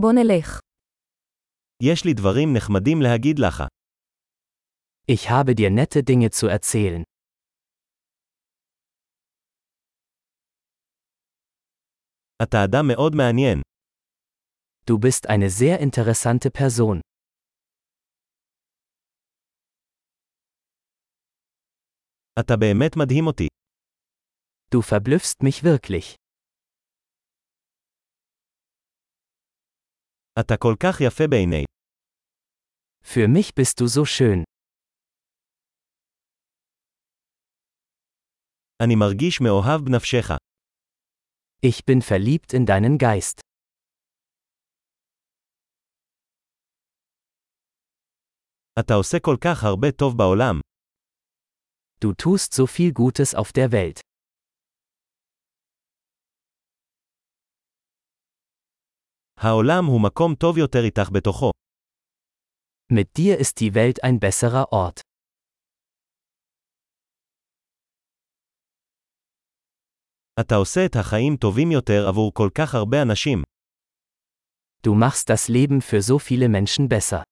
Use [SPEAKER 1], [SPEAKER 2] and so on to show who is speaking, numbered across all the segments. [SPEAKER 1] בוא נלך.
[SPEAKER 2] יש לי דברים נחמדים להגיד לך.
[SPEAKER 3] Ich habe dir nette Dinge zu erzählen.
[SPEAKER 2] אתה אדם מאוד מעניין.
[SPEAKER 3] Du bist eine sehr interessante Person.
[SPEAKER 2] אתה באמת מדהים אותי.
[SPEAKER 3] Du verblüffst mich wirklich.
[SPEAKER 2] אתה כל כך יפה בעיני.
[SPEAKER 3] Für mich bist du so schön.
[SPEAKER 2] אני מרגיש מאוהב בנפשך.
[SPEAKER 3] Ich bin verliebt in deinen Geist.
[SPEAKER 2] אתה עושה כל כך הרבה טוב בעולם.
[SPEAKER 3] Du tust so viel Gutes auf der Welt.
[SPEAKER 2] העולם הוא מקום טוב יותר איתך בתוכו.
[SPEAKER 3] Mit dir ist die Welt ein besserer Ort.
[SPEAKER 2] אתה עושה את החיים טובים יותר עבור כל כך הרבה אנשים.
[SPEAKER 3] Du machst das Leben für so viele Menschen besser.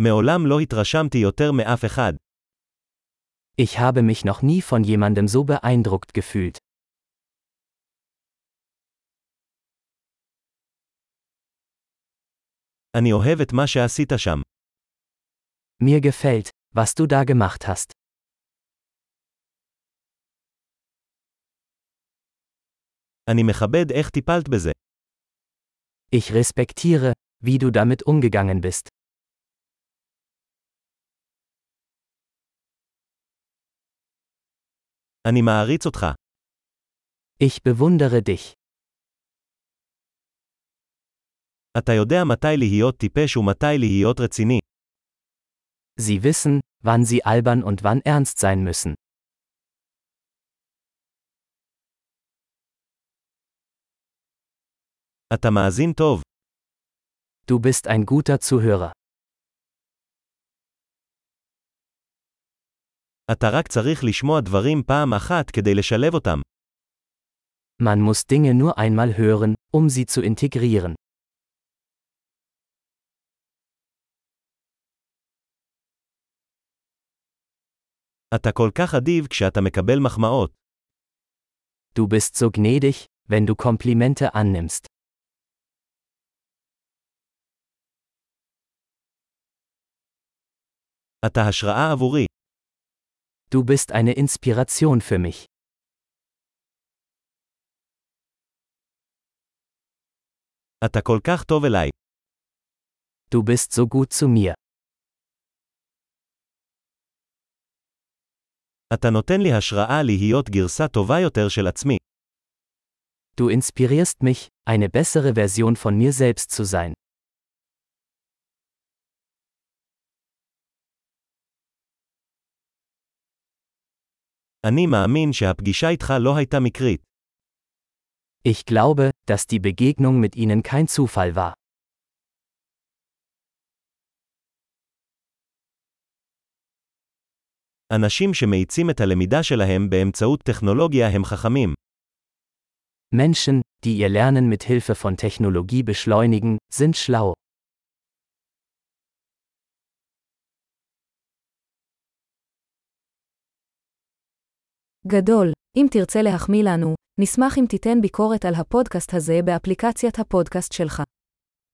[SPEAKER 2] מעולם לא התרשמתי יותר מאף אחד.
[SPEAKER 3] Ich habe mich noch nie von jemandem so beeindruckt gefühlt.
[SPEAKER 2] אני אוהב את מה שעשית שם.
[SPEAKER 3] Mir gefällt, was du da gemacht hast.
[SPEAKER 2] אני מכבד איך טיפלת בזה.
[SPEAKER 3] Ich respektiere, wie du damit umgegangen bist.
[SPEAKER 2] אני מעריץ אותך.
[SPEAKER 3] Ich bewundere dich.
[SPEAKER 2] אתה יודע מתי להיות טיפש ומתי להיות רציני.
[SPEAKER 3] Sie wissen, wann sie albern und wann ernst sein müssen.
[SPEAKER 2] אתה מאזין טוב.
[SPEAKER 3] Du bist ein guter Zuhörer.
[SPEAKER 2] אתה רק צריך לשמוע דברים פעם אחת כדי לשלב אותם.
[SPEAKER 3] Man muss Dinge nur einmal hören, um sie zu integrieren.
[SPEAKER 2] אתה כל כך אדיב כשאתה מקבל מחמאות.
[SPEAKER 3] Du bist so gnädig, wenn du Komplimente annimmst.
[SPEAKER 2] אתה השראה עבורי.
[SPEAKER 3] Du bist eine Inspiration für mich.
[SPEAKER 2] אתה כל כך טוב אליי.
[SPEAKER 3] Du bist so gut zu mir.
[SPEAKER 2] אתה נותן לי השראה להיות גרסה טובה יותר של עצמי.
[SPEAKER 3] Du inspirierst mich, eine bessere Version von mir selbst zu sein.
[SPEAKER 2] אני מאמין שהפגישה איתך לא הייתה מקרית.
[SPEAKER 3] Ich glaube, dass die Begegnung mit ihnen kein Zufall war.
[SPEAKER 2] אנשים שמאיצים את הלמידה שלהם באמצעות טכנולוגיה הם חכמים.
[SPEAKER 3] Menschen, die ihr Lernen mit Hilfe von Technologie beschleunigen, sind schlau.
[SPEAKER 1] גדול, אם תרצה להחמיא לנו, נשמח אם תיתן ביקורת על הפודקאסט הזה באפליקציית הפודקאסט שלך.